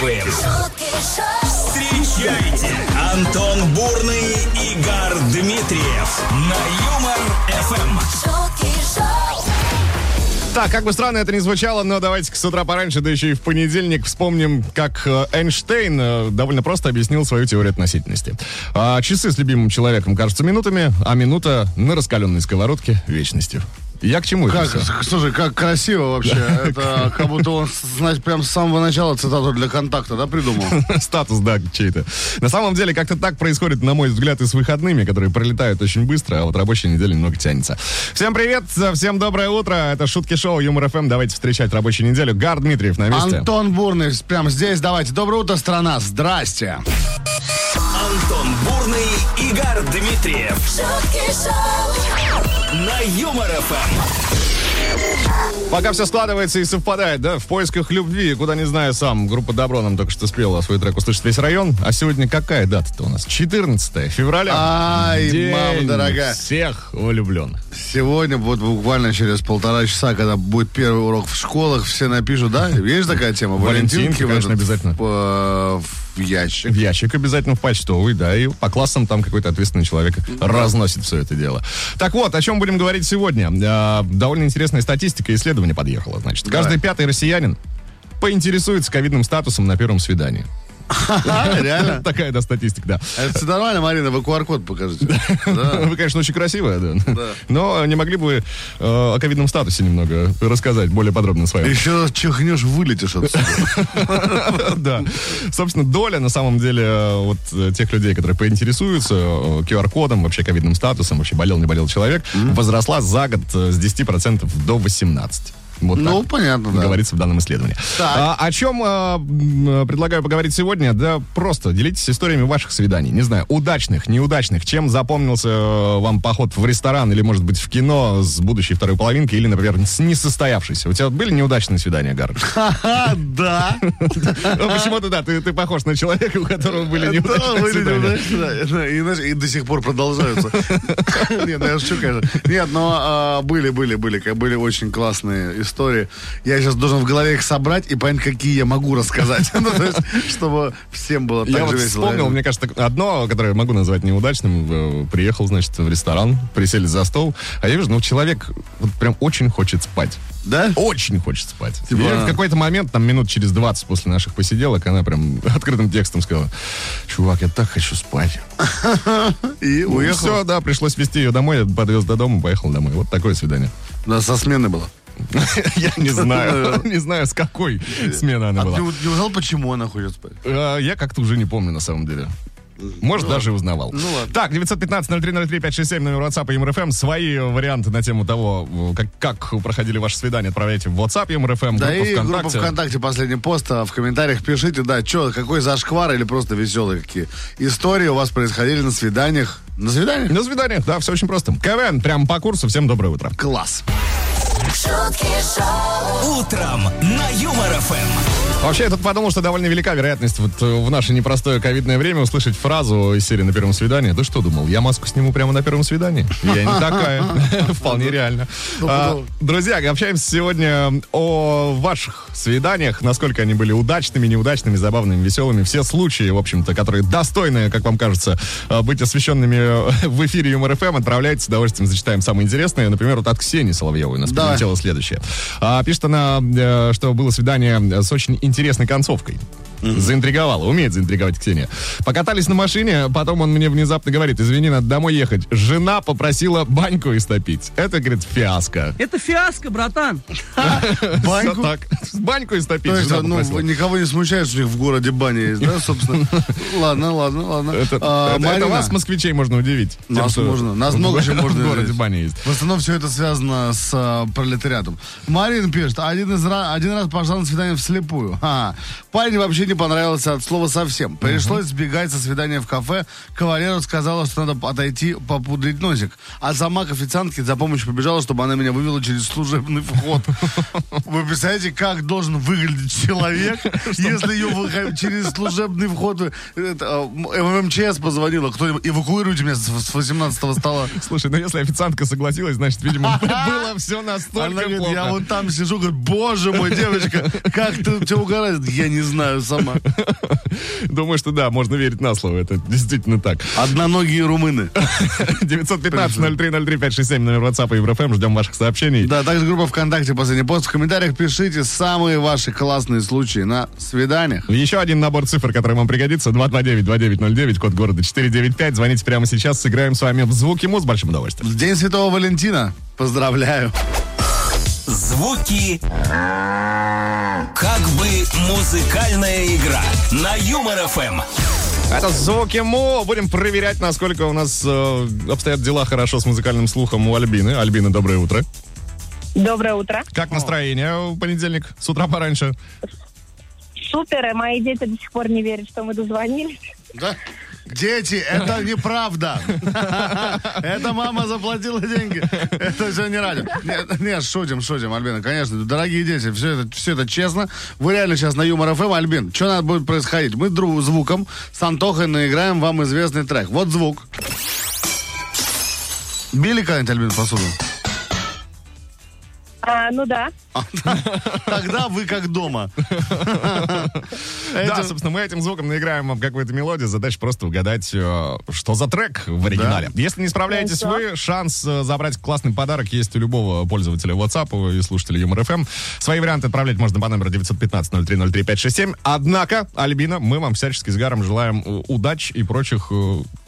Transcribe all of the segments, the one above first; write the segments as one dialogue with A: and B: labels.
A: Эм. слушаем. Встречайте Антон Бурный и Игорь Дмитриев на Юмор Эм. ФМ.
B: Так, как бы странно это ни звучало, но давайте с утра пораньше, да еще и в понедельник, вспомним, как э, Эйнштейн э, довольно просто объяснил свою теорию относительности. А, часы с любимым человеком кажутся минутами, а минута на раскаленной сковородке вечностью. Я к чему
C: Как,
B: это все?
C: слушай, как красиво вообще. Это как будто он, знаешь, прям с самого начала цитату для контакта, да, придумал?
B: Статус, да, чей-то. На самом деле, как-то так происходит, на мой взгляд, и с выходными, которые пролетают очень быстро, а вот рабочая неделя немного тянется. Всем привет, всем доброе утро. Это Шутки Шоу, Юмор ФМ. Давайте встречать рабочую неделю. Гар Дмитриев на месте.
C: Антон Бурный прям здесь. Давайте. Доброе утро, страна. Здрасте.
A: Антон Бурный, Игорь Дмитриев на Юмор Эм. ФМ.
B: Пока все складывается и совпадает, да, в поисках любви, куда не знаю сам, группа Добро нам только что спела свой трек «Услышит весь район». А сегодня какая дата-то у нас? 14 февраля.
C: Ай,
B: День
C: мама дорогая.
B: всех влюбленных.
C: Сегодня, вот буквально через полтора часа, когда будет первый урок в школах, все напишут, да? Есть такая тема?
B: Валентинки,
C: в
B: конечно,
C: этот,
B: обязательно.
C: э, В ящик.
B: В ящик обязательно, в почтовый, да, и по классам там какой-то ответственный человек разносит все это дело. Так вот, о чем будем говорить сегодня? А, довольно интересная статистика, исследование подъехало, значит. Каждый пятый россиянин поинтересуется ковидным статусом на первом свидании.
C: А, реально?
B: Такая, да, статистика, да.
C: Это всё нормально, Марина, вы QR-код покажите. Да.
B: Вы, конечно, очень красивая, да. Но не могли бы вы э, о ковидном статусе немного рассказать более подробно с вами?
C: Еще раз чихнешь, вылетишь отсюда.
B: Да. Собственно, доля, на самом деле, э, вот э, тех людей, которые поинтересуются э, QR-кодом, вообще ковидным статусом, вообще болел, не болел человек, возросла за год э, с 10% до 18%. Вот
C: Ну,
B: так.
C: понятно, да.
B: говорится в данном исследовании.
C: Так.
B: А, о чем э, м, э, предлагаю поговорить сегодня? Да просто делитесь историями ваших свиданий. Не знаю, удачных, неудачных. Чем запомнился э, вам поход в ресторан или, может быть, в кино с будущей второй половинки или, например, с несостоявшейся? У тебя были неудачные свидания, Гар? А,
C: Ха-ха, да.
B: Ну, Почему-то да, ты, ты похож на человека, у которого были
C: Да,
B: неудачные
C: были
B: свидания.
C: неудачные, да. И, знаешь, И до сих пор продолжаются. Нет, ну я шучу, конечно. Нет, но а, были, были, были. как- Были очень классные истории. Я сейчас должен в голове их собрать и понять, какие я могу рассказать. Ну, то есть, Чтобы всем было
B: Я
C: так же
B: вот
C: весело.
B: вспомнил, мне кажется, так- одно, которое я могу назвать неудачным. э, Приехал, значит, в ресторан, присели за стол, а я вижу, ну, человек вот прям очень хочет спать.
C: Да?
B: Очень хочет спать.
C: Типа,
B: Я
C: а.
B: в какой-то момент, там, минут через 20 после наших посиделок, она прям открытым текстом сказала, чувак, я так хочу спать.
C: И
B: ну,
C: уехал.
B: Все, да, пришлось везти ее домой, я подвез до дома, поехал домой. Вот такое свидание.
C: Да, со смены было.
B: Я не знаю, не знаю, с какой смены она
C: А
B: была.
C: ты вот не узнал, почему она ходит спать?
B: Э, Я как-то уже не помню, на самом деле. Может, даже и узнавал.
C: Ну ладно.
B: Так, 915-0303-567, номер WhatsApp и МРФМ. Свои варианты на тему того, э, как, как проходили ваши свидания, отправляйте в WhatsApp и МРФМ,
C: Да
B: группу
C: и группа
B: ВКонтакте.
C: ВКонтакте последний пост, а в комментариях пишите, да, что, какой зашквар или просто веселые какие истории у вас происходили на свиданиях. На свиданиях?
B: До свидания. Да, все очень просто. КВН, прям по курсу. Всем доброе утро.
C: Класс.
A: Утром на Юмор Эм. ФМ.
B: Вообще, я тут подумал, что довольно велика вероятность вот э, в наше непростое ковидное время услышать фразу из серии «На первом свидании». Ты что думал, я маску сниму прямо на первом свидании? Я не такая. Вполне реально. А, Друзья, общаемся сегодня о ваших свиданиях, насколько они были удачными, неудачными, забавными, веселыми. Все случаи, в общем-то, которые достойны, как вам кажется, э, быть освещенными э, в эфире Юмор ФМ, отправляйте с удовольствием, зачитаем самые интересные. Например, вот от Ксении Соловьевой нас
C: Давай.
B: прилетело было следующее. А, пишет она, э, что было свидание с очень интересной концовкой. Заинтриговала, умеет заинтриговать Ксения. Покатались на машине, потом он мне внезапно говорит, извини, надо домой ехать. Жена попросила баньку истопить. Это, говорит, фиаско.
D: Это фиаско, братан.
B: Всё
C: Баньку?
B: так. Баньку истопить.
C: То есть,
B: жена
C: ну,
B: попросила.
C: никого не смущает, что у них в городе баня есть, да, собственно? Ладно, ладно, ладно.
B: Это,
C: А,
B: это- это
C: Марина,
B: вас, москвичей, можно удивить. тем,
C: Нас
B: что
C: можно, нас
B: в-
C: много чем можно
B: В городе
C: удивить.
B: баня есть.
C: В основном все это связано с а, пролетариатом. Марина пишет, один, из, ра- один раз пошла на свидание вслепую. Ха. Парень вообще не понравился от слова совсем. Пришлось сбегать со свидания в кафе. Кавалеру сказала, что надо отойти попудрить носик. А сама к официантке за помощью побежала, чтобы она меня вывела через служебный вход. Вы представляете, как должен выглядеть человек, если ее выход- через служебный вход э, это, э, ММЧС позвонила, кто-нибудь эвакуируйте меня с с 18 стола.
B: Слушай, ну если официантка согласилась, значит, видимо, было все
C: Она
B: настолько
C: говорит,
B: плохо.
C: я вот там сижу, говорит, боже мой, девочка, как ты тебя угораздит? Я не знаю, со сама.
B: Думаю, что да, можно верить на слово. Это действительно так.
C: Одноногие румыны.
B: 915-0303-567, номер WhatsApp и Еврофм. Ждем ваших сообщений.
C: Да, также группа ВКонтакте, последний пост. В комментариях пишите самые ваши классные случаи на свиданиях.
B: Еще один набор цифр, который вам пригодится. 229-2909, код города 495. Звоните прямо сейчас, сыграем с вами в звуки ему с большим удовольствием.
C: В День Святого Валентина. Поздравляю.
A: Звуки как бы музыкальная игра на Юмор Эм. ФМ.
B: Это звуки ему. Будем проверять, насколько у нас э, обстоят дела хорошо с музыкальным слухом у Альбины. Альбина, доброе утро.
D: Доброе утро.
B: Как настроение в понедельник с утра пораньше?
D: Супер, и мои дети до сих пор не верят, что мы дозвонились.
C: Да? Дети, это неправда. Это мама заплатила деньги. Это все не ради. Нет, нет, шутим, шутим, Альбина. Конечно, дорогие дети, все это, все это честно. Вы реально сейчас на Юмор ФМ, Альбин. Что надо будет происходить? Мы друг звуком с Антохой наиграем вам известный трек. Вот звук. Били когда-нибудь, Альбин, посуду?
D: А, ну да.
C: Тогда вы как дома.
B: Да, собственно, мы этим звуком наиграем вам какую-то мелодию. Задача просто угадать, э, что за трек в оригинале. Если не справляетесь
D: Хорошо.
B: вы, шанс э, забрать классный подарок есть у любого пользователя WhatsApp и слушателя Юмор ФМ. Свои варианты отправлять можно по номеру 915-0303-567. Однако, Альбина, мы вам всячески с Гаром желаем э, удач и прочих э,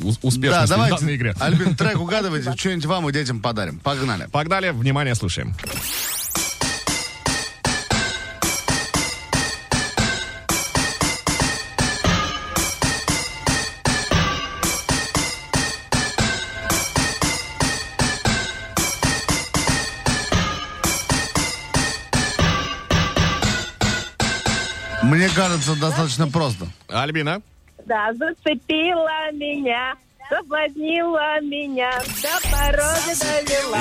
B: ус-
C: Да,
B: успешностей в данной
C: давайте,
B: игре.
C: Альбин, трек угадывайте, что-нибудь вам и детям подарим. Погнали.
B: Погнали, внимание, слушаем.
C: Мне кажется, достаточно просто.
B: Альбина?
D: Да, зацепила меня, соблазнила меня, до порога довела.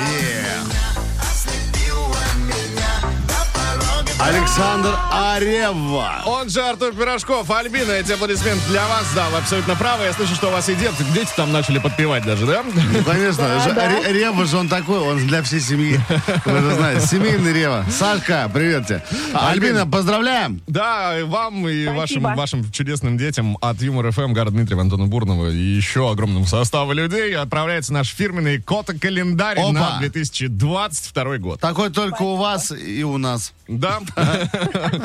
C: Александр Арева.
B: Он же Артур Пирожков. Альбина, эти аплодисменты для вас. Да, вы абсолютно правы. Я слышу, что у вас и дети, дети там начали подпевать даже, да?
C: Ну, конечно, же-
D: да.
C: Ре- Рева же он такой, он для всей семьи. Вы это знаете, семейный Рева. Сашка, привет тебе. А, Альбина, поздравляем.
B: Да, и вам и вашим,
D: Спасибо.
B: вашим чудесным детям от Юмор ФМ Гара Дмитриева, Антона Бурного и еще огромному составу людей отправляется наш фирменный кота-календарь
C: Опа!
B: на 2022 год.
C: Такой только у вас и у нас.
B: Да?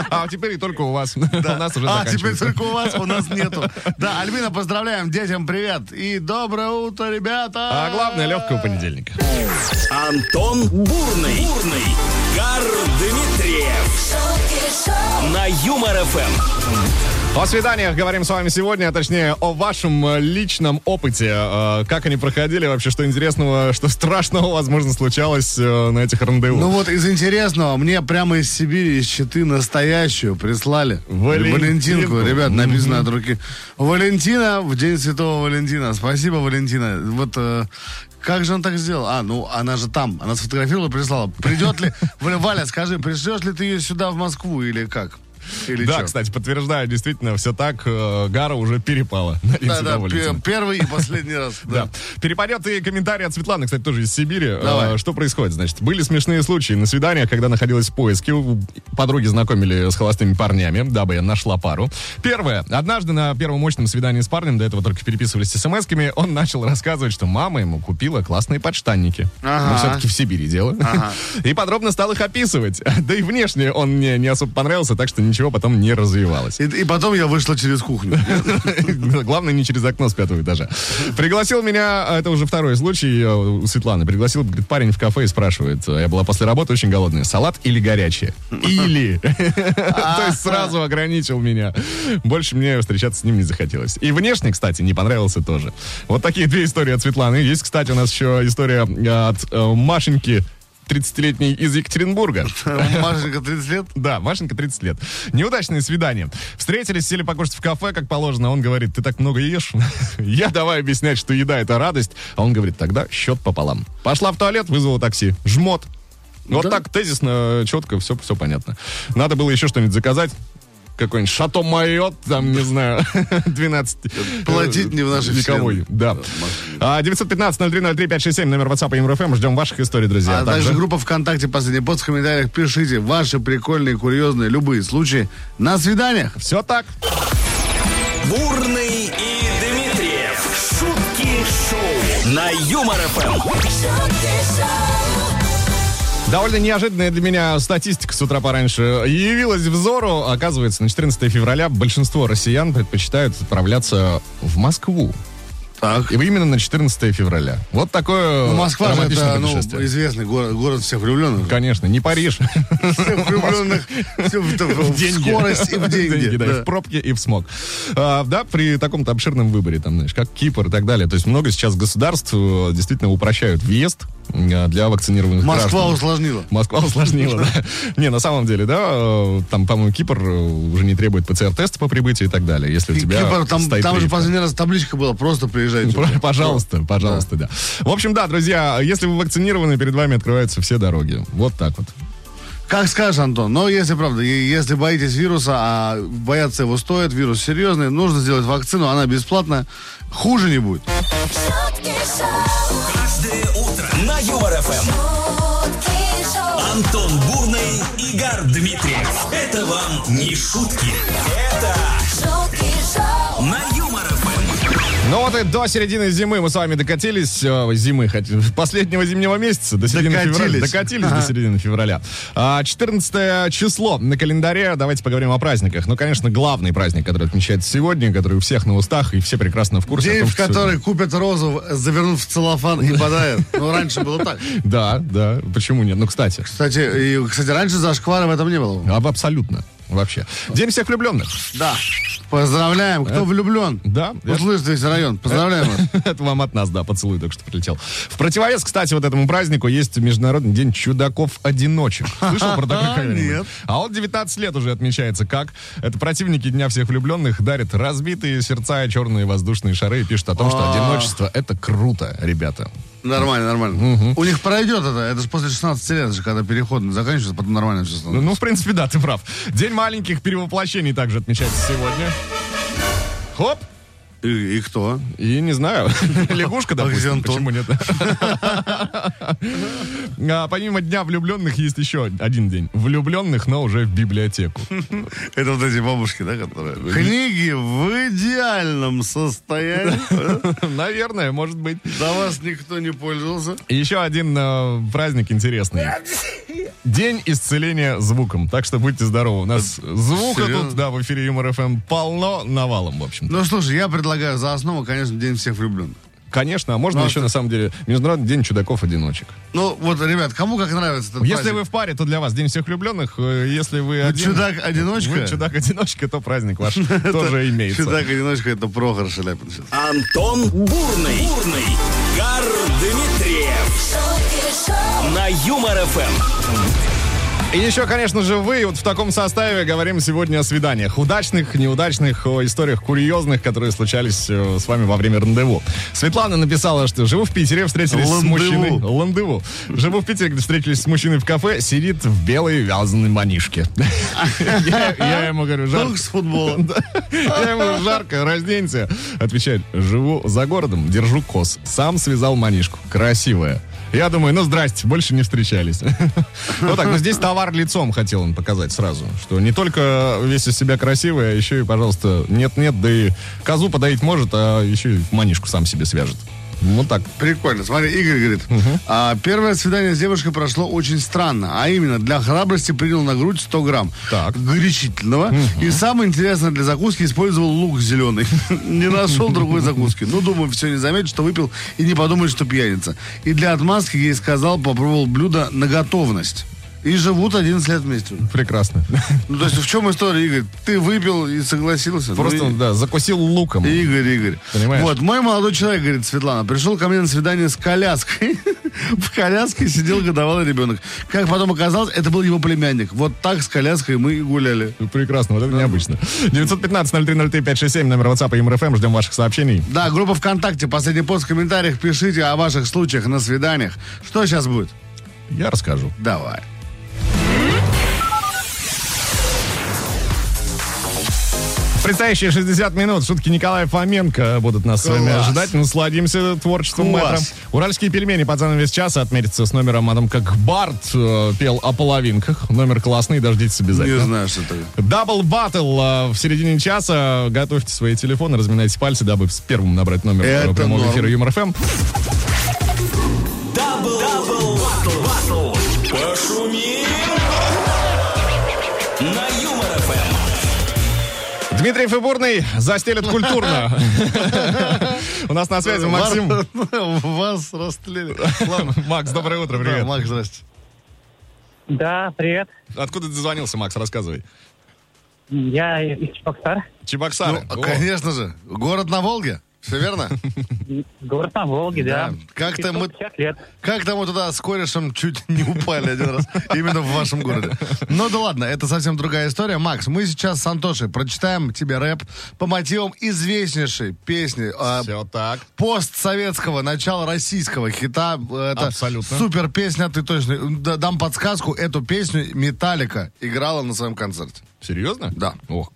B: А теперь и только у вас. У нас уже
C: а, теперь
B: заканчивается.
C: только у вас, у нас нету. Да, Альбина, поздравляем, детям привет. И доброе утро, ребята.
B: А главное, легкого понедельника.
A: Антон Бурный. Бурный. Гар Дмитриев. На Юмор ФМ.
B: О свиданиях говорим с вами сегодня, а точнее о вашем э, личном опыте. Э, Как они проходили, вообще что интересного, что страшного, возможно, случалось э, на этих рандеву.
C: Ну вот из интересного, мне прямо из Сибири, из Читы настоящую прислали.
B: Валентинку.
C: Валентинку, ребят, написано от руки. Валентина в День Святого Валентина. Спасибо, Валентина. Вот э, как же он так сделал? А, ну она же там. Она сфотографировала и прислала. Придет ли... Валя, Валя, скажи, пришлешь ли ты ее сюда, в Москву, или как? Или
B: да,
C: чё?
B: кстати, подтверждаю, действительно, все так. э, Гара уже перепала. на
C: Да,
B: Институт
C: да,
B: Валентина.
C: пе- первый и последний раз.
B: Да. Перепадет и комментарий от Светланы, кстати, тоже из Сибири.
C: Давай.
B: Э, Что происходит, значит? Были смешные случаи на свиданиях, когда находилась в поиске. У- Подруги знакомили с холостыми парнями, дабы я нашла пару. Первое. Однажды на первом мощном свидании с парнем, до этого только переписывались смс-ками, он начал рассказывать, что мама ему купила классные подштанники.
C: Ага.
B: Но все-таки в Сибири дело. И подробно стал их описывать. Да и внешне он мне не особо понравился, так что ничего потом не развивалось.
C: И, и потом я вышла через кухню.
B: Главное, не через окно с пятого этажа. Пригласил меня, а это уже второй случай, э, у Светланы. Пригласил, говорит, парень в кафе и спрашивает. э, Я была после работы очень голодная. Салат или горячее? Или. То есть сразу ограничил меня. Больше мне встречаться с ним не захотелось. И внешне, кстати, не понравился тоже. Вот такие две истории от Светланы. Есть, кстати, у нас еще история э, от э, Машеньки 30-летней из Екатеринбурга.
C: Машенька, 30 лет.
B: Да, Машенька 30 лет. Неудачное свидание. Встретились, сели покушать в кафе, как положено. Он говорит, ты так много ешь. Я давай объяснять, что еда это радость. А он говорит, тогда счет пополам. Пошла в туалет, вызвала такси. Жмот. Вот э,
C: Да.
B: так тезисно, четко, все, все понятно. Надо было еще что-нибудь заказать. какой-нибудь Шато Майот, там, не знаю, 12...
C: Платить не в нашей
B: Никого.
C: вселенной.
B: Да. А, 915-0303-567, номер WhatsApp и МРФМ. Ждем ваших историй, друзья.
C: А также группа ВКонтакте «Последний пост» в комментариях. Пишите ваши прикольные, курьезные, любые случаи. На свиданиях!
B: Все так.
A: Бурный и Дмитриев. Шутки шоу. На Юмор ФМ.
B: Довольно неожиданная для меня статистика с утра пораньше явилась взору. Оказывается, на 14 февраля большинство россиян предпочитают отправляться в Москву.
C: Так.
B: И именно на 14 февраля. Вот такое
C: Ну, Москва же
B: романтичное
C: это, ну,
B: путешествие.
C: известный город, город всех влюбленных.
B: Конечно, не Париж.
C: Всех влюбленных всё в, в- в
B: деньги.
C: скорость и в деньги.
B: да, и
C: да.
B: в пробке, и в смог. А, да, при таком-то обширном выборе, там, знаешь, как Кипр и так далее. То есть много сейчас государств э, действительно упрощают въезд э, для вакцинированных
C: Москва
B: граждан.
C: усложнила.
B: Москва усложнила, да. Не, на самом деле, да, э, там, по-моему, Кипр э, уже не требует ПЦР-теста по прибытию и так далее, если у
C: И
B: тебя
C: Кипр, там,
B: стоит Ну,
C: там же
B: прививка.
C: последний раз табличка была, просто приезжайте.
B: Про- Пожалуйста, пожалуйста, да. В общем, да, друзья, если вы вакцинированы, перед вами открываются все дороги. Вот так вот.
C: Как скажешь, Антон, но если правда, е- если боитесь вируса, а бояться его стоит, вирус серьезный, нужно сделать вакцину, она бесплатная, хуже не будет.
E: Шутки шоу,
A: Каждое утро на Юмор ФМ.
E: шутки шоу,
A: Антон Бурный, Игорь Дмитриев. Это вам не шутки. Это
E: шутки шоу,
A: на Юмор ФМ.
B: Ну вот и до середины зимы мы с вами докатились, э, зимы, хоть, последнего зимнего месяца, до середины
C: Докатились.
B: февраля. Докатились до середины февраля. А, 14 число на календаре, давайте поговорим о праздниках. Ну, конечно, главный праздник, который отмечается сегодня, который у всех на устах, и все прекрасно в курсе. о
C: День,
B: том,
C: в
B: что сегодня-
C: который купят розу, завернут в целлофан и подарят. Ну, раньше было так.
B: Да, да, почему нет? Ну, кстати,
C: Кстати, и, кстати, раньше зашквара в этом не было.
B: об- абсолютно. Вообще. День всех влюбленных.
C: Да. Поздравляем, кто влюблен.
B: Э? Да.
C: Услышит весь район. Поздравляем вас.
B: Это вам от нас, да, поцелуй только что прилетел. В противовес, кстати, вот этому празднику есть Международный день чудаков-одиночек. Слышал про такой когда-нибудь?
C: Нет.
B: А вот 19 лет уже отмечается как. Это противники Дня всех влюбленных дарят разбитые сердца и черные воздушные шары и пишут о том, что одиночество — это круто, ребята.
C: Нормально, нормально. У них пройдет это. Это же после 16 лет, же, когда переход заканчивается, потом нормально все
B: Ну,
C: становится.
B: ну, в принципе, да, ты прав. День маленьких перевоплощений также отмечается сегодня. Хоп! ну.
C: И, и кто?
B: И не знаю, лягушка,
C: А
B: допустим,
C: где Антон?
B: почему нет? А, Помимо Дня влюбленных есть еще один день. Влюбленных, но уже в библиотеку.
C: Это вот эти бабушки, да, которые...
B: Ну,
C: Книги в идеальном состоянии.
B: Наверное, может быть.
C: До вас никто не пользовался.
B: И еще один э, праздник интересный. День исцеления звуком. Так что будьте здоровы. У нас звука
C: серьезно?
B: тут, да, в эфире Юмор ФМ полно навалом, в общем.
C: Ну, слушай, я предлагаю за основу, конечно, День всех влюбленных.
B: Конечно, а можно
C: Ну, а
B: еще
C: что?
B: на самом деле Международный день чудаков-одиночек.
C: Ну, вот, ребят, кому как нравится этот
B: Если вы
C: праздник?
B: в паре, то для вас День всех влюбленных. Э, Если вы
C: Вы
B: один,
C: чудак-одиночка?
B: Вы чудак-одиночка, то праздник ваш тоже имеется.
C: Чудак-одиночка, это Прохор Шаляпин сейчас.
A: Антон Бурный. Бурный. Игорь Дмитриев.
E: шутки шоу,
A: На Юмор ФМ.
B: И еще, конечно же, вы вот в таком составе говорим сегодня о свиданиях. Удачных, неудачных, о историях курьезных, которые случались э, с вами во время рандеву. Светлана написала, что живу в Питере, встретились с
C: Ландеву.
B: мужчиной... Ландеву. Живу в Питере, где встретились с мужчиной в кафе, сидит в белой вязаной манишке. Я я ему говорю, жарко.
C: Только с футбола.
B: Я ему жарко, разденься. Отвечает, живу за городом, держу кос. Сам связал манишку. Красивая. Я думаю, ну здрасте, больше не встречались. Ну так, ну здесь товар лицом хотел он показать сразу. Что не только весь из себя красивый, а еще и, пожалуйста, нет-нет, да и козу подоить может, а еще и манишку сам себе свяжет. Вот так.
C: Прикольно. Смотри, Игорь говорит, «А, первое свидание с девушкой прошло очень странно. А именно, для храбрости принял на грудь 100 грамм
B: Так.
C: горячительного. И самое интересное, для закуски использовал лук зеленый. не нашел другой закуски. Ну, думаю, все не заметит, что выпил и не подумает, что пьяница. И для отмазки ей сказал, попробовал блюдо на готовность. И живут 11 лет вместе. уже.
B: Прекрасно.
C: Ну, то есть в чем история, Игорь? Ты выпил и согласился. Ну,
B: Просто,
C: и-
B: да, закусил луком.
C: Игорь, Игорь.
B: Понимаешь?
C: Вот, мой молодой человек, говорит Светлана, пришел ко мне на свидание с коляской. В коляске сидел годовалый ребенок. Как потом оказалось, это был его племянник. Вот так с коляской мы и гуляли.
B: Прекрасно, вот это необычно. 915-0303-567, номер WhatsApp и МРФМ, ждем ваших сообщений.
C: Да, группа ВКонтакте, последний пост в комментариях, пишите о ваших случаях на свиданиях. Что сейчас будет?
B: Я расскажу.
C: Давай.
B: Предстоящие 60 минут шутки Николая Фоменко будут нас с вами
C: Класс.
B: ожидать. Насладимся творчеством
C: Класс.
B: мэтра. Уральские пельмени под занавес часа отметятся с номером о том, как Барт э, пел о половинках. Номер классный, дождитесь
C: Не
B: обязательно.
C: знаю, что это.
B: Дабл баттл э, в середине часа. Готовьте свои телефоны, разминайте пальцы, дабы с первым набрать номер э,
C: Это
B: прямого
C: норм.
B: эфира Юмор ФМ.
A: Дабл, дабл, батл, батл. Пошумим на Юмор ФМ.
B: Дмитрий Фыбурный застелит культурно. У нас на связи Максим.
C: Вас расстреляли. Ладно.
B: Макс, доброе утро,
C: Да,
B: привет.
C: Макс, здрасте.
F: Да, привет.
B: Откуда ты звонился, Макс? Рассказывай.
F: Я из Чебоксар,
C: Ну,
B: Чебоксары.
C: а,
B: О,
C: конечно же. Город на Волге. Все верно?
F: город на Волге, да.
C: Да. Как-то мы-
F: 550 лет.
C: Как там мы туда с корешем чуть не упали один раз? Именно в вашем городе. Ну да ладно, это совсем другая история. Макс, мы сейчас с Антошей прочитаем тебе рэп по мотивам известнейшей песни а,
B: Все так.
C: постсоветского, начала российского хита. Это
B: Абсолютно.
C: супер песня, ты точно. да- Дам подсказку, эту песню Металлика играла на своем концерте.
B: Серьезно?
C: Да.
B: Ох,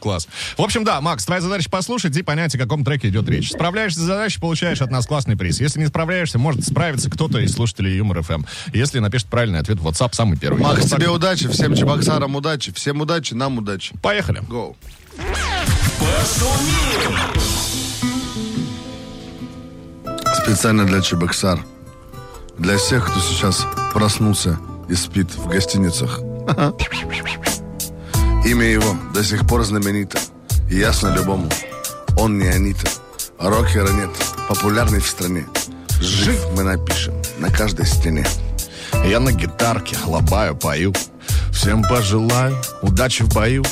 B: класс. В общем, да, Макс, твоя задача послушать и понять, о каком треке идет речь. Справляешься с задачей, получаешь от нас классный приз. Если не справляешься, может справиться кто-то из слушателей Юмор ФМ. Если напишет правильный ответ, в WhatsApp самый первый.
C: Макс,
B: Вот так
C: тебе
B: вот.
C: удачи, всем чебоксарам удачи, всем удачи, нам удачи.
B: Поехали.
C: Гоу.
A: Пошумим.
C: Специально для Чебоксар. Для всех, кто сейчас проснулся и спит в гостиницах. Имя его до сих пор знаменито. И ясно любому. Он не Анита. Рокера нет. Популярный в стране. Жив мы напишем на каждой стене.
B: Я на гитарке хлопаю, пою. Всем пожелаю удачи в бою.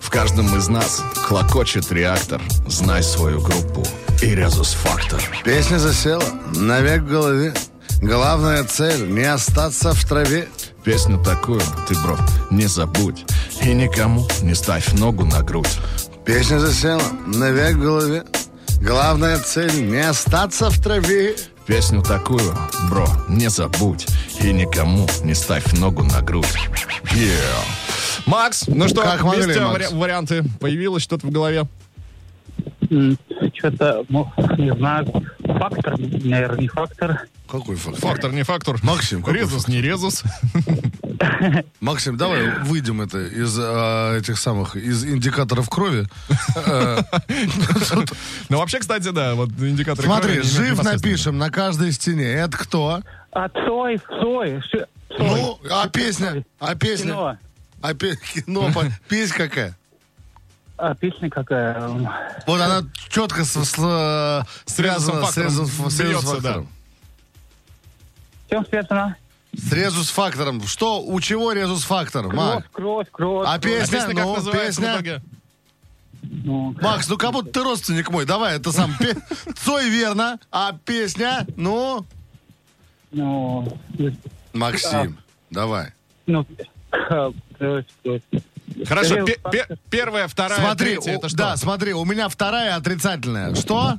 B: В каждом из нас клокочет реактор. Знай свою группу и резус фактор.
C: Песня засела навек в голове. Главная цель не остаться в траве.
B: Песню такую ты, бро, не забудь. И никому не ставь ногу на грудь.
C: Песня засела навек в голове. Главная цель не остаться в траве.
B: Песню такую, бро, не забудь. И никому не ставь ногу на грудь. Yeah. Макс, ну что,
C: Как
B: есть
C: могли,
B: у тебя
C: Макс?
B: вари- варианты? Появилось что-то в голове?
F: Что-то, ну, не знаю, фактор, наверное, не фактор.
C: Какой факт?
B: Фактор, не фактор.
C: Максим, какой
B: Резус, не резус.
C: Максим, давай выйдем это из э, этих самых из индикаторов крови. Э,
B: Ну, вообще, кстати, да, вот индикаторы...
C: Смотри,
B: крови, они
C: жив
B: непосредственно.
C: напишем на каждой стене. Это кто?
F: А Цой, Цой, Ши- Цой.
C: Ну, а песня? А песня?
F: Кино.
C: А пе- кино? по- Песня какая?
F: А песня какая? Эм,
C: Вот она четко с- с-
B: С резусом
C: связана с
B: фактором
C: резус- с резус
B: бьется, да.
C: фактором.
F: В чем связана?
C: С резус фактором. Что? У чего резус фактор?
F: Кровь,
C: Мак.
F: кровь, кровь.
C: А
B: А
C: песня?
B: песня как
C: Ну,
B: называется в
C: песня.
B: итоге?
F: Ну,
C: Макс, ну как будто ты родственник мой. Давай, это сам. пе- Цой верно. А песня? Ну?
F: ну,
C: Максим, давай.
F: ну, кровь, кровь.
B: Хорошо,
F: Резус,
B: пе- пе- первая, вторая,
C: Смотри,
B: третья,
C: у-
B: это что?
C: да, смотри, у меня вторая отрицательная. Что?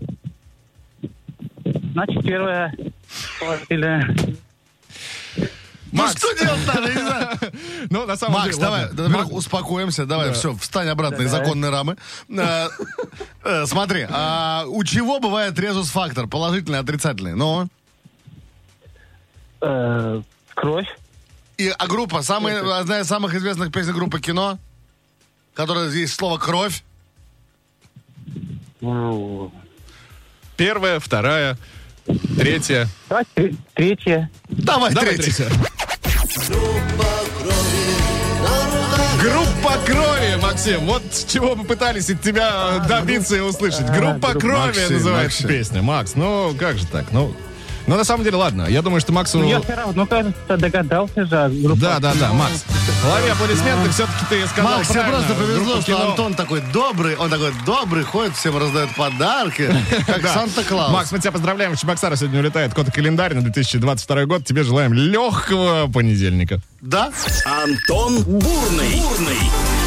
F: Значит, первая положительная.
C: Ну
B: Макс.
C: что делать надо, я не знаю.
B: Ну, на самом
C: Макс,
B: деле,
C: давай,
B: ладно.
C: во-первых, успокоимся, давай, все, встань обратно из законной рамы. Э, э, Смотри, а у чего бывает резус-фактор, положительный, отрицательный? Ну,
F: Э, Кровь.
C: и а группа, самая- одна из самых известных песен группы «Кино», которая есть слово «кровь».
F: Вру.
B: Первая, вторая, третья.
F: Давай А, тре- Третья.
C: Давай,
B: Давай
C: третий.
B: третья. Группа крови, Максим. Вот чего мы пытались от
C: А,
B: тебя э, добиться и услышать. Группа
F: группа.
B: крови
C: Максим,
B: называется
C: Максим.
B: песня. Макс, ну как же так? Ну, ну на самом деле, ладно. Я думаю, что Максу...
F: Ну, я все равно, кажется, догадался же. Группа.
B: Да, да, да, Макс. Лови аплодисменты, все-таки ты сказал
C: Макс, тебе
B: правильно.
C: просто повезло,
B: Группа
C: что
B: кино.
C: Антон такой добрый, он такой добрый, ходит, всем раздает подарки, как
B: Да.
C: Санта-Клаус.
B: Макс, мы тебя поздравляем. В Чебоксары сегодня улетает кота-календарь на 2022 год. Тебе желаем легкого понедельника.
C: да?
A: Антон Бурный. Бурный.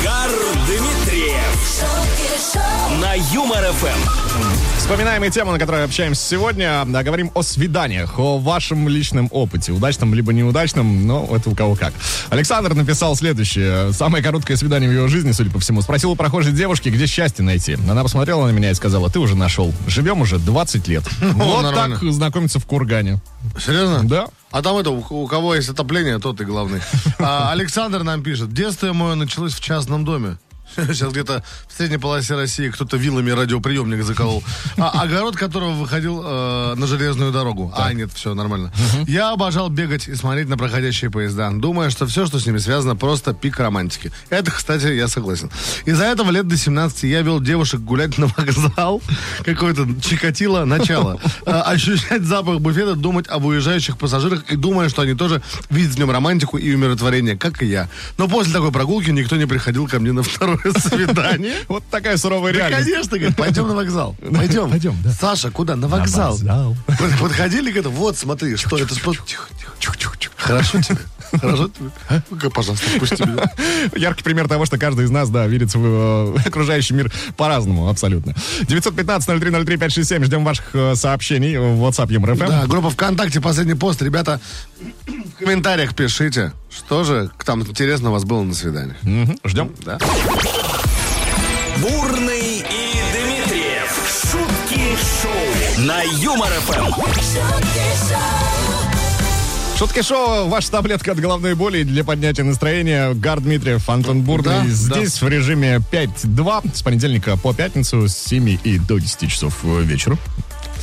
A: Гар Дмитриев.
E: шутки шоу,
A: На Юмор ФМ.
B: Вспоминаем и тему, на которой общаемся сегодня. Да, Говорим о свиданиях, о вашем личном опыте. Удачном либо неудачном, но это у кого как. Александр написал следующее. Самое короткое свидание в его жизни, судя по всему. Спросил у прохожей девушки, где счастье найти. Она посмотрела на меня и сказала, ты уже нашел. Живем уже 20 лет. Вот
C: Ну, нормально.
B: так знакомиться в Кургане.
C: Серьезно?
B: Да.
C: А там это, у- у кого есть отопление, тот и главный. А, Александр нам пишет. Детство мое началось в частном доме. Сейчас где-то в средней полосе России кто-то вилами радиоприемник заколол. А, огород которого выходил э, на железную дорогу. А, нет, все нормально. Я обожал бегать и смотреть на проходящие поезда, думая, что все, что с ними связано, просто пик романтики. Это, кстати, я согласен. Из-за этого лет до 17 я вел девушек гулять на вокзал, какой-то чикатило, начало. Э, Ощущать запах буфета, думать об уезжающих пассажирах и думая, что они тоже видят в нем романтику и умиротворение, как и я. Но после такой прогулки никто не приходил ко мне на второе свидание.
B: Вот такая суровая
C: Да,
B: реальность.
C: конечно, говорит, пойдем на вокзал. Пойдем.
B: Пойдем, да.
C: Саша, куда? На вокзал.
B: вокзал.
C: Под- Подходили, говорят, вот, смотри, что это? ж просто- Тихо, тихо, тихо, тихо. Хорошо тебе? Хорошо тебе? А? Ну-ка, пожалуйста, пусти меня.
B: Яркий пример того, что каждый из нас, да, видит в э, окружающий мир по-разному, абсолютно. 915-0303-567, ждем ваших э, сообщений в WhatsApp эм. ЮморФМ.
C: Да, группа ВКонтакте, последний пост. Ребята, в комментариях пишите, что же там интересно у вас было на свидании.
B: Мгм, Ждем.
C: Да.
A: Бурный и Дмитриев. Шутки шоу. На Юмор ФМ.
E: шутки шоу,
B: Шутки шоу, ваша таблетка от головной боли для поднятия настроения. Гар Дмитриев, Антон Бурный.
C: Да,
B: Здесь в режиме 5-2 с понедельника по пятницу с 7 и до 10 часов э, вечера.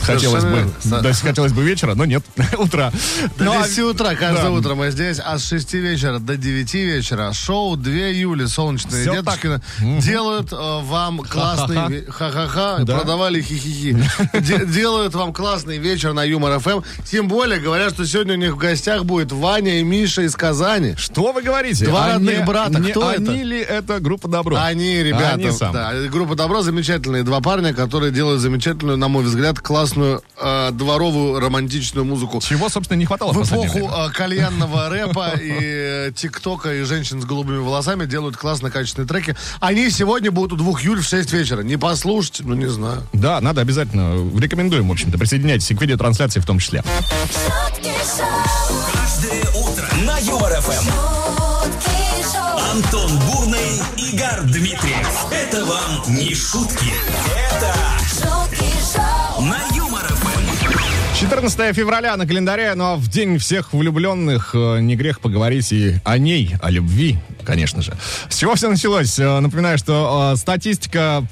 B: Хотелось
C: Совершенно
B: бы,
C: верно. Са-
B: да, хотелось бы вечера, но нет, утра.
C: До
B: Ну, а-
C: 10 утра каждое
B: Да.
C: утро мы здесь, а с 6 вечера до 9 вечера шоу 2 июля «Солнечные
B: Всё
C: деточки» делают э, вам классный... ве- Ха-ха-ха,
B: Да.
C: продавали хи-хи-хи. Де- Делают вам классный вечер на Юмор-ФМ. Тем более, говорят, что сегодня у них в гостях будет Ваня и Миша из Казани.
B: Что вы говорите?
C: Два
B: А
C: родных
B: не-
C: брата.
B: не
C: Кто это?
B: они ли это группа Добро?
C: Они, ребята,
B: А Они сам.
C: да, группа Добро замечательные два парня, которые делают замечательную, на мой взгляд, классную э, дворовую романтичную музыку.
B: Чего, собственно, не хватало в,
C: В
B: последнее
C: эпоху
B: время?
C: э, кальянного рэпа и э, тиктока и женщин с голубыми волосами делают классно качественные треки. Они сегодня будут у двух июля в 6 вечера. Не послушать, ну не знаю.
B: Да, надо обязательно. Рекомендуем, в общем-то. Присоединяйтесь и к видеотрансляции в том числе.
E: шутки шоу,
A: Каждое утро на Юмор ФМ.
E: шутки шоу.
A: Антон Бурный, Игорь Дмитриев. Это вам не шутки. Это
E: Шутки шоу,
A: на Юмор ФМ.
B: 14 февраля на календаре, ну а в день всех влюбленных э, не грех поговорить и о ней, о любви, конечно же. С чего все началось? Э, Напоминаю, что э, статистика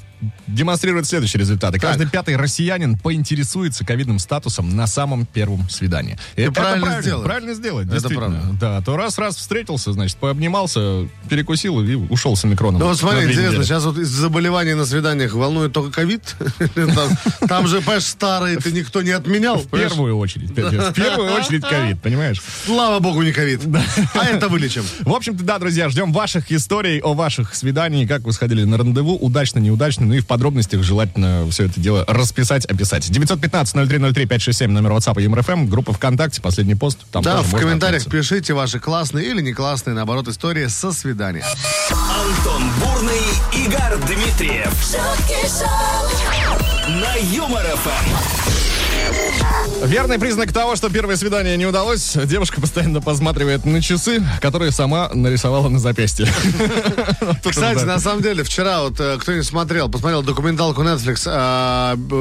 B: демонстрирует следующие результаты. Каждый пятый россиянин поинтересуется ковидным статусом на самом первом свидании. И это
C: правильно сделаешь.
B: Правильно сделать,
C: Это
B: действительно.
C: правда.
B: Да, то раз-раз встретился, значит, пообнимался, перекусил и ушел с омикроном.
C: Ну вот
B: на
C: смотри,
B: две
C: интересно,
B: недели.
C: сейчас вот из заболеваний на свиданиях волнует только ковид. Там- Там же, понимаешь, старые-то никто не отменял.
B: В первую очередь. В первую очередь ковид, понимаешь?
C: Слава богу, не ковид. А это вылечим.
B: В общем-то, да, друзья, ждем ваших историй о ваших свиданиях, как вы сходили на рандеву, удачно, неудачно, ну и в подробностях желательно все это дело расписать, описать. 915-0303-567, номер WhatsApp и МРФМ, группа ВКонтакте, последний пост. Там
C: Да,
B: тоже
C: в
B: А можно
C: комментариях
B: отметиться.
C: пишите ваши классные или не классные, наоборот, истории со свидания.
A: Антон Бурный, Игорь Дмитриев.
E: шутки шоу,
A: На Юмор ФМ.
B: Верный признак того, что первое свидание не удалось, девушка постоянно посматривает на часы, которые сама нарисовала на запястье. Тут
C: Кстати,
B: уже, да.
C: на самом деле, вчера вот э, кто не смотрел, посмотрел документалку Netflix э, б-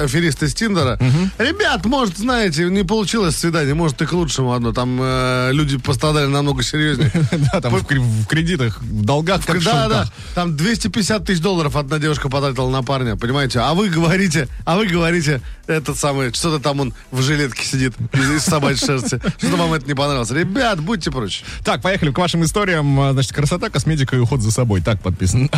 C: э, «Аферист из Тиндера». Ребят, может, знаете, не получилось свидание, может, и к лучшему одно. Там э, люди пострадали намного серьезнее.
B: Да, там в кре- в кредитах, в долгах, как в
C: Да, да,
B: шантах.
C: там 250 тысяч долларов одна девушка потратила на парня, понимаете? А вы говорите, а вы говорите, этот самый, что-то там он в жилетке сидит из, из собачьей шерсти. Что-то вам это не понравилось. Ребят, будьте прочь.
B: Так, поехали к вашим историям. А, Значит, красота, косметика и уход за собой. Так подписан.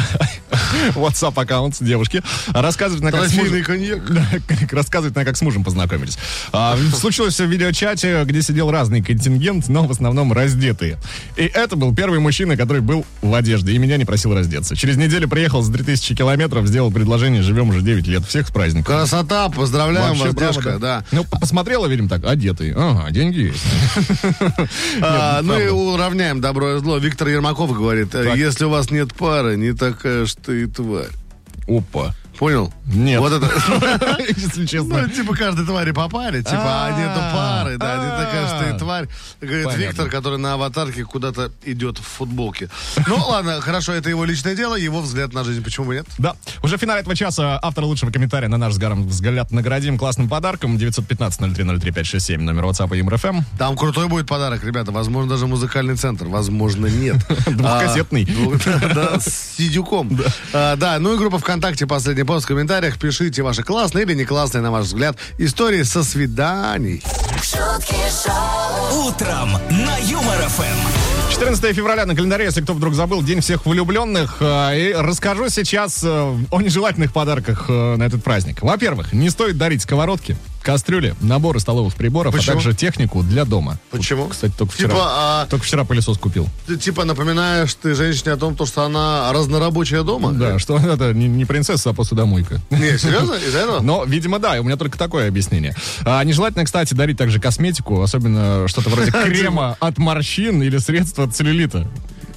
B: WhatsApp аккаунт девушки. Рассказывает на как с
C: Трофейный
B: мужем...
C: коньяк.
B: Да, как- Рассказывает на как с мужем познакомились. А, случилось в видеочате, где сидел разный контингент, но в основном раздетые. И это был первый мужчина, который был в одежде и меня не просил раздеться. Через неделю приехал с 3000 километров, сделал предложение, живем уже 9 лет. Всех с праздником.
C: Красота, поздравляем
B: Вообще
C: вас,
B: браво,
C: девушка, да.
B: Ну, посмотрела, видим, так, одетый. Ага, деньги есть.
C: А,
B: Нет,
C: ну и
B: правда.
C: уравняем добро и зло. Виктор Ермаков говорит, э,
B: Так.
C: если у вас нет пары, не такая что и тварь.
B: Опа.
C: Понял?
B: Нет.
C: Вот это...
B: Если
C: Ну,
B: честно.
C: типа каждой твари по паре, типа, а, нету
B: А,
C: пары, да, не такая,
B: а.
C: что и тварь. Говорит
B: Понятно.
C: Виктор, который на аватарке куда-то идет в футболке. Ну, ладно, хорошо, это его личное дело, его взгляд на жизнь, почему бы нет?
B: Да. Уже в финале этого часа автор лучшего комментария на наш с Гаром взгляд наградим классным подарком. 915-0303-567, номер WhatsApp и эм. МРФМ.
C: Там крутой будет подарок, ребята. Возможно, даже музыкальный центр. Возможно, нет.
B: Двухкассетный.
C: А, двух- Да, с сидюком. А, Да, ну и группа ВКонтакте «Последний пост» в комментариях. Пишите ваши классные или не классные, на ваш взгляд, истории со свиданий.
E: шутки шоу,
A: Утром на Юмор ФМ.
B: 14 февраля на календаре, если кто вдруг забыл, День всех влюбленных. А, И расскажу сейчас э, о нежелательных подарках э, на этот праздник. Во-первых, не стоит дарить сковородки, кастрюли, наборы столовых приборов,
C: Почему?
B: а также технику для дома.
C: Почему?
B: Вот, кстати, только вчера,
C: Типа, а-
B: только вчера пылесос купил.
C: Ты, Типа напоминаешь ты женщине о том, то, что она разнорабочая дома?
B: Да, что это не, не принцесса, а посудомойка.
C: Не, серьезно? Из-за этого?
B: Но, видимо, да, и у меня только такое объяснение. А, нежелательно, кстати, дарить также косметику, особенно что-то вроде крема от морщин или средства от целлюлита.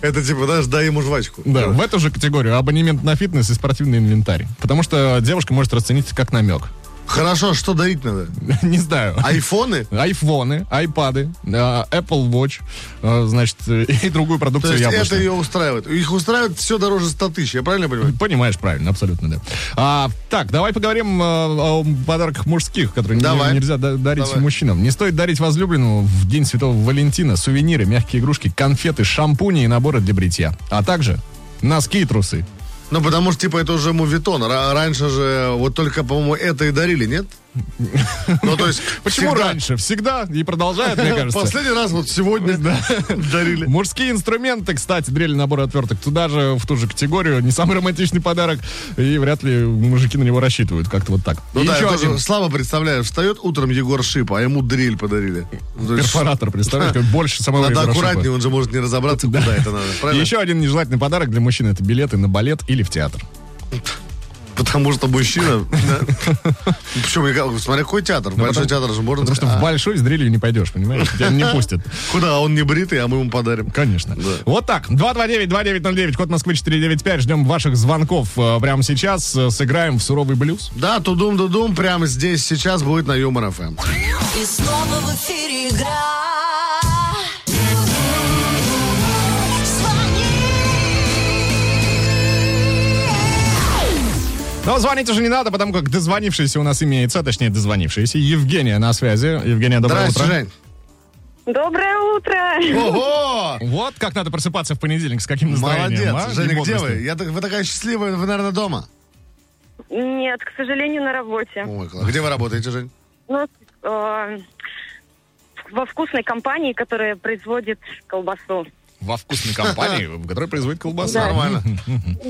C: Это типа, знаешь, дай ему жвачку.
B: Да, в эту же категорию абонемент на фитнес и спортивный инвентарь. Потому что девушка может расценить это как намек.
C: Хорошо, что дарить надо?
B: Не знаю.
C: Айфоны?
B: Айфоны, айпады, а, Apple Watch, а, значит, и другую
C: То
B: продукцию
C: есть это
B: яблочную.
C: ее устраивает. Их устраивает все дороже 100 тысяч, я правильно понимаю?
B: Понимаешь правильно, абсолютно, да. А, так, давай поговорим э, о подарках мужских, которые не-
C: Давай.
B: нельзя да- дарить
C: Давай.
B: мужчинам. Не стоит дарить возлюбленному в День Святого Валентина сувениры, мягкие игрушки, конфеты, шампуни и наборы для бритья. А также носки и трусы.
C: Ну, потому что, типа, это уже мувитон. Ра- Раньше же, вот только, по-моему, это и дарили, нет? Ну, то есть...
B: Почему
C: всегда-
B: раньше? Всегда и продолжает, мне кажется.
C: Последний раз вот сегодня дарили.
B: Мужские инструменты, кстати, дрели, набор отверток туда же, в ту же категорию. Не самый романтичный подарок. И вряд ли мужики на него рассчитывают. Как-то вот так.
C: Ну
B: И
C: да, я
B: еще
C: тоже
B: один
C: слабо представляю. Встает утром Егор Шип, а ему дрель подарили. Ну, то есть
B: перфоратор, представляешь, как больше самого
C: Надо
B: Егора Шипа.
C: аккуратнее, он же может не разобраться, куда это надо.
B: И
C: Правильно?
B: Еще один нежелательный подарок для мужчин это билеты на балет или в театр.
C: Потому что мужчина... да. Причем, я говорю, смотря какой театр. В Большой театр же можно...
B: Потому что
C: А,
B: в большой с дрелью не пойдешь, понимаешь? Тебя не пустят.
C: Куда? Он не бритый, а мы ему подарим.
B: Конечно. Вот так. 229-2909, код Москвы 495. Ждем ваших звонков э, прямо сейчас. Э, Сыграем в суровый блюз.
C: Да, тудум-дудум прямо здесь сейчас будет на Юмор Эм. ФМ.
E: и снова в эфире игра. Звони.
B: Но звонить уже не надо, потому как дозвонившийся у нас имеется, а точнее дозвонившийся. Евгения на связи. Евгения, доброе
C: Здрасте,
B: утро.
C: Жень.
D: Доброе утро.
C: Ого!
B: Вот как надо просыпаться в понедельник, с каким настроением.
C: Молодец.
B: а? И
C: Женя, где
B: бодростью.
C: вы? Я, так- вы такая счастливая, вы, наверное, дома.
D: Нет, к сожалению, на работе.
C: Ой, класс. Где вы работаете, Жень?
D: Но, э, во вкусной компании, которая производит колбасу.
B: Во вкусной компании, в которой производит колбасу.
C: Нормально.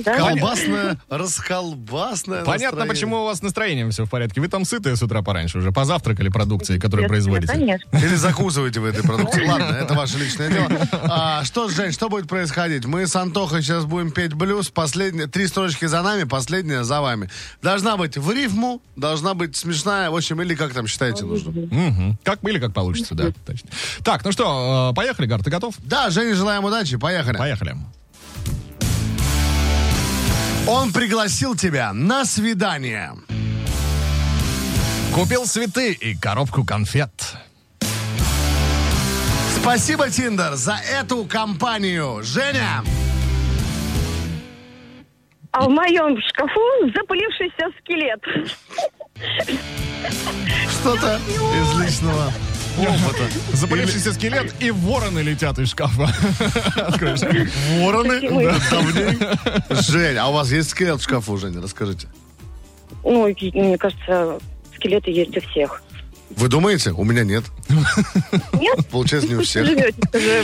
D: Да?
C: Колбасная, расколбасная.
B: Понятно, почему у вас настроением все в порядке. Вы там сытые с утра пораньше уже, позавтракали продукцией, которую производите.
D: Конечно.
C: Или закусываете в этой продукции. Ладно, это ваше личное дело. А, что, Жень, что будет происходить? Мы с Антохой сейчас будем петь блюз. Последние, три строчки за нами, последняя за вами. Должна быть в рифму, должна быть смешная, в общем, или как там считаете нужно.
B: Мгм. Как были, как получится, да. Точно. Так, ну что, э, поехали, Гар, ты готов?
C: Да, Жене желаем удачи, поехали.
B: Поехали.
C: Он пригласил тебя на свидание.
B: Купил цветы и коробку конфет.
C: Спасибо, Тиндер, за эту компанию. Женя!
D: А в моем шкафу запылившийся скелет.
C: Что-то из личного опыта.
B: Запалившийся скелет и вороны летят из шкафа. Откроешь.
C: Вороны?
D: Почему?
C: Да, давней. Жень, а у вас есть скелет в шкафу, Женя? Расскажите.
D: Ну, и- мне кажется, скелеты есть у всех.
C: Вы думаете? У меня нет.
D: Нет?
C: Получается, не у всех.
D: Живете, скажу я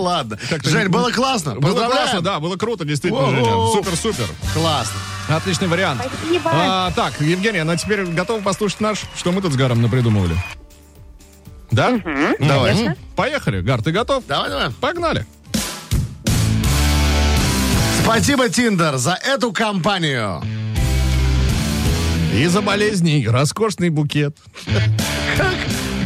C: Ладно. Жень, было классно.
B: ну, Было классно,
C: Поздравляю.
B: да, было круто, действительно,
C: Воу.
B: Женя. Супер-супер.
C: Классно.
B: Отличный вариант.
D: Спасибо.
B: А, так, Евгения, ну теперь готова послушать наш, что мы тут с Гаром напридумывали? Да?
C: Давай.
B: Мгм. Поехали. Гар, ты готов?
C: Давай, давай.
B: Погнали.
C: Спасибо, Тиндер, за эту компанию.
B: Из-за болезней роскошный букет.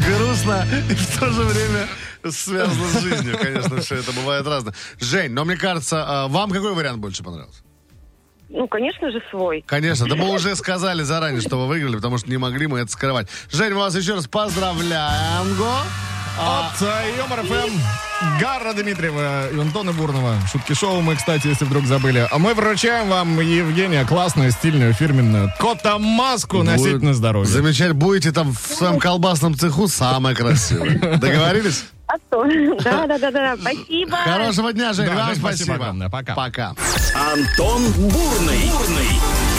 C: страшно и в то же время связано с жизнью. Конечно, все это бывает разное. Жень, но мне кажется, а, вам какой вариант больше понравился?
D: Ну, конечно же, свой.
C: Конечно, да мы уже сказали заранее, что вы выиграли, потому что не могли мы это скрывать. Жень, мы вас еще раз поздравляем. Го. А,
B: От э, Юмор ФМ Гарра Дмитриева и Антона Бурного. Шутки шоу мы, кстати, если вдруг забыли. А мы вручаем вам, Евгения, классную, стильную, фирменную кота-маску. Носить
C: будет-
B: на здоровье.
C: Замечать, будете там в своем колбасном цеху самое красивое. Договорились?
D: А что? Да, да, да, да. Спасибо.
C: Хорошего дня, Жень.
B: Да,
C: Вам
B: Жень, спасибо
C: спасибо.
B: огромное. Пока.
C: Пока.
A: Антон Бурный. Бурный.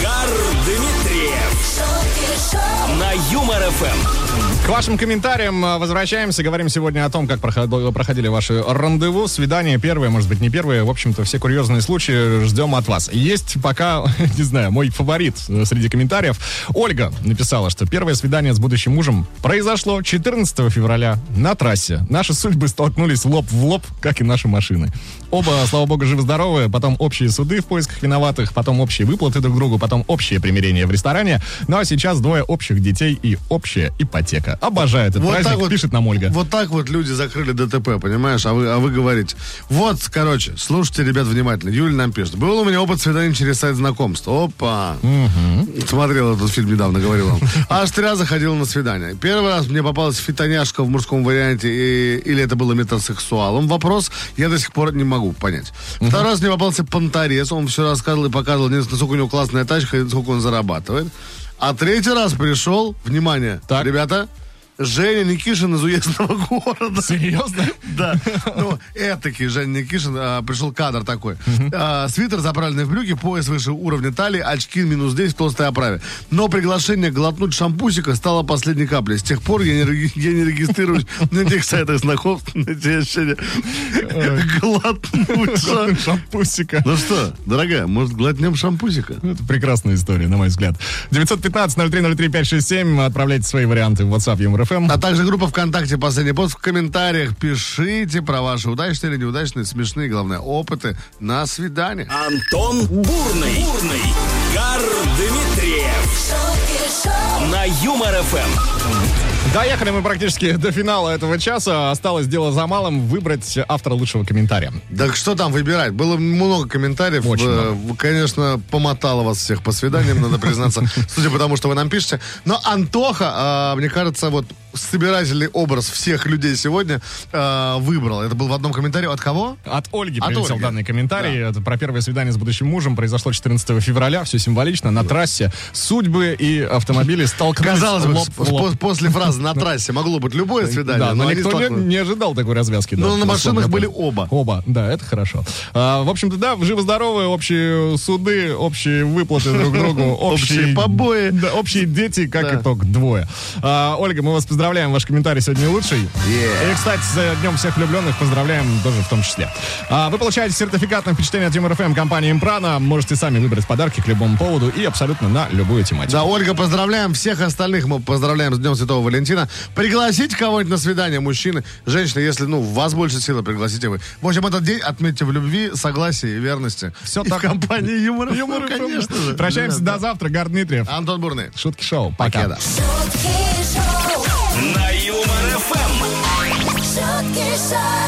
A: Гар Дмитриев.
E: шутки шоу,
A: На Юмор ФМ.
B: К вашим комментариям э, возвращаемся. Говорим сегодня о том, как проходо- проходили ваши рандеву, свидания, первые, может быть, не первые. В общем-то, все курьезные случаи ждем от вас. Есть пока, не знаю, мой фаворит э, среди комментариев. Ольга написала, что первое свидание с будущим мужем произошло 14 февраля на трассе. Наши судьбы столкнулись лоб в лоб, как и наши машины. Оба, слава богу, живы-здоровы, потом общие суды в поисках виноватых, потом общие выплаты друг другу, потом общее примирение в ресторане. Ну а сейчас двое общих детей и общая ипотека. Обожаю этот праздник, пишет нам Ольга.
C: Вот так вот люди закрыли ДТП, понимаешь? А вы, а вы говорите. Вот, короче, слушайте, ребят, внимательно. Юля нам пишет. Был у меня опыт свиданий через сайт знакомства. Опа! Смотрел этот фильм недавно, говорил вам. Аж три раза ходил на свидание. Первый раз мне попалась фитоняшка в мужском варианте, и- или это было метросексуалом. Вопрос я до сих пор не могу понять. Второй раз мне попался понторез. Он все рассказывал и показывал, насколько у него классная тачка и сколько он зарабатывает. А третий раз пришел, внимание,
B: Так.
C: ребята, Женя Никишин из уездного города.
B: Серьезно?
C: Да. Ну, этакий Женя Никишин. а, Пришел кадр такой. А, Свитер, заправленный в брюки, пояс выше уровня талии, очки минус 10 в толстой оправе. Но приглашение глотнуть шампусика стало последней каплей. С тех пор я не, реги- я не регистрируюсь на тех сайтах знакомств. На те ощущения. Глотнуть шам-
B: Шампусика.
C: Ну что, дорогая, может, глотнем шампусика?
B: Ну, Это прекрасная история, на мой взгляд. 915-0303-567. Отправляйте свои варианты в WhatsApp ЮМРФМ.
C: А также группа ВКонтакте «Последний пост». В комментариях пишите про ваши удачные или неудачные, смешные, главное, опыты. На свидание.
A: Антон Бурный. Бурный. Гар Дмитриев.
E: шутки шоу,
A: На Юмор ФМ.
B: Доехали мы практически до финала этого часа. Осталось дело за малым выбрать автора лучшего комментария.
C: Да что там выбирать? Было много комментариев.
B: Очень
C: Э, Конечно, помотало вас всех по свиданиям, надо признаться. Судя по тому, что вы нам пишете. Но Антоха, э, мне кажется, вот собирательный образ всех людей сегодня э, выбрал. Это был в одном комментарии. От кого?
B: От Ольги
C: От
B: прилетел
C: Ольги.
B: данный комментарий. Это про первое свидание с будущим мужем. Произошло 14 февраля. Все символично. На трассе судьбы и автомобили столкнулись
C: Казалось бы,
B: лоб
C: с-
B: в лоб.
C: пос- после фразы на трассе могло быть любое свидание.
B: Да, но,
C: ну, они
B: никто не,
C: столкнулись.
B: не ожидал такой развязки. да,
C: Но на машинах
B: условно,
C: были
B: да.
C: оба.
B: Оба, да, это хорошо. А, в общем-то, да, живы-здоровы, общие суды, общие выплаты друг другу,
C: Общие побои.
B: Да, общие дети, как
C: Да.
B: итог, двое. А, Ольга, мы вас поздравляем, ваш комментарий сегодня лучший. И, кстати, с Днем всех влюбленных поздравляем тоже в том числе. А, вы получаете сертификат на впечатление от Юмор ФМ компании Импрана. Можете сами выбрать подарки к любому поводу и абсолютно на любую тематику.
C: Да, Ольга, поздравляем всех остальных. Мы поздравляем с Днем Святого Валентина. Пригласите кого-нибудь на свидание, мужчины, женщины, если, ну, в вас больше силы, пригласите вы. В общем, этот день отметьте в любви, согласии и верности.
B: Все
C: И
B: так.
C: в компании юмора.
B: Юмор FM.
C: Ну, конечно же. А.
B: Прощаемся до
C: Желательно.
B: завтра. Гар Дмитриев.
C: Антон Бурный.
B: Шутки шоу.
C: Покеда.
B: Пока.
E: шутки шоу,
A: На Юмор ФМ.
E: шутки шоу.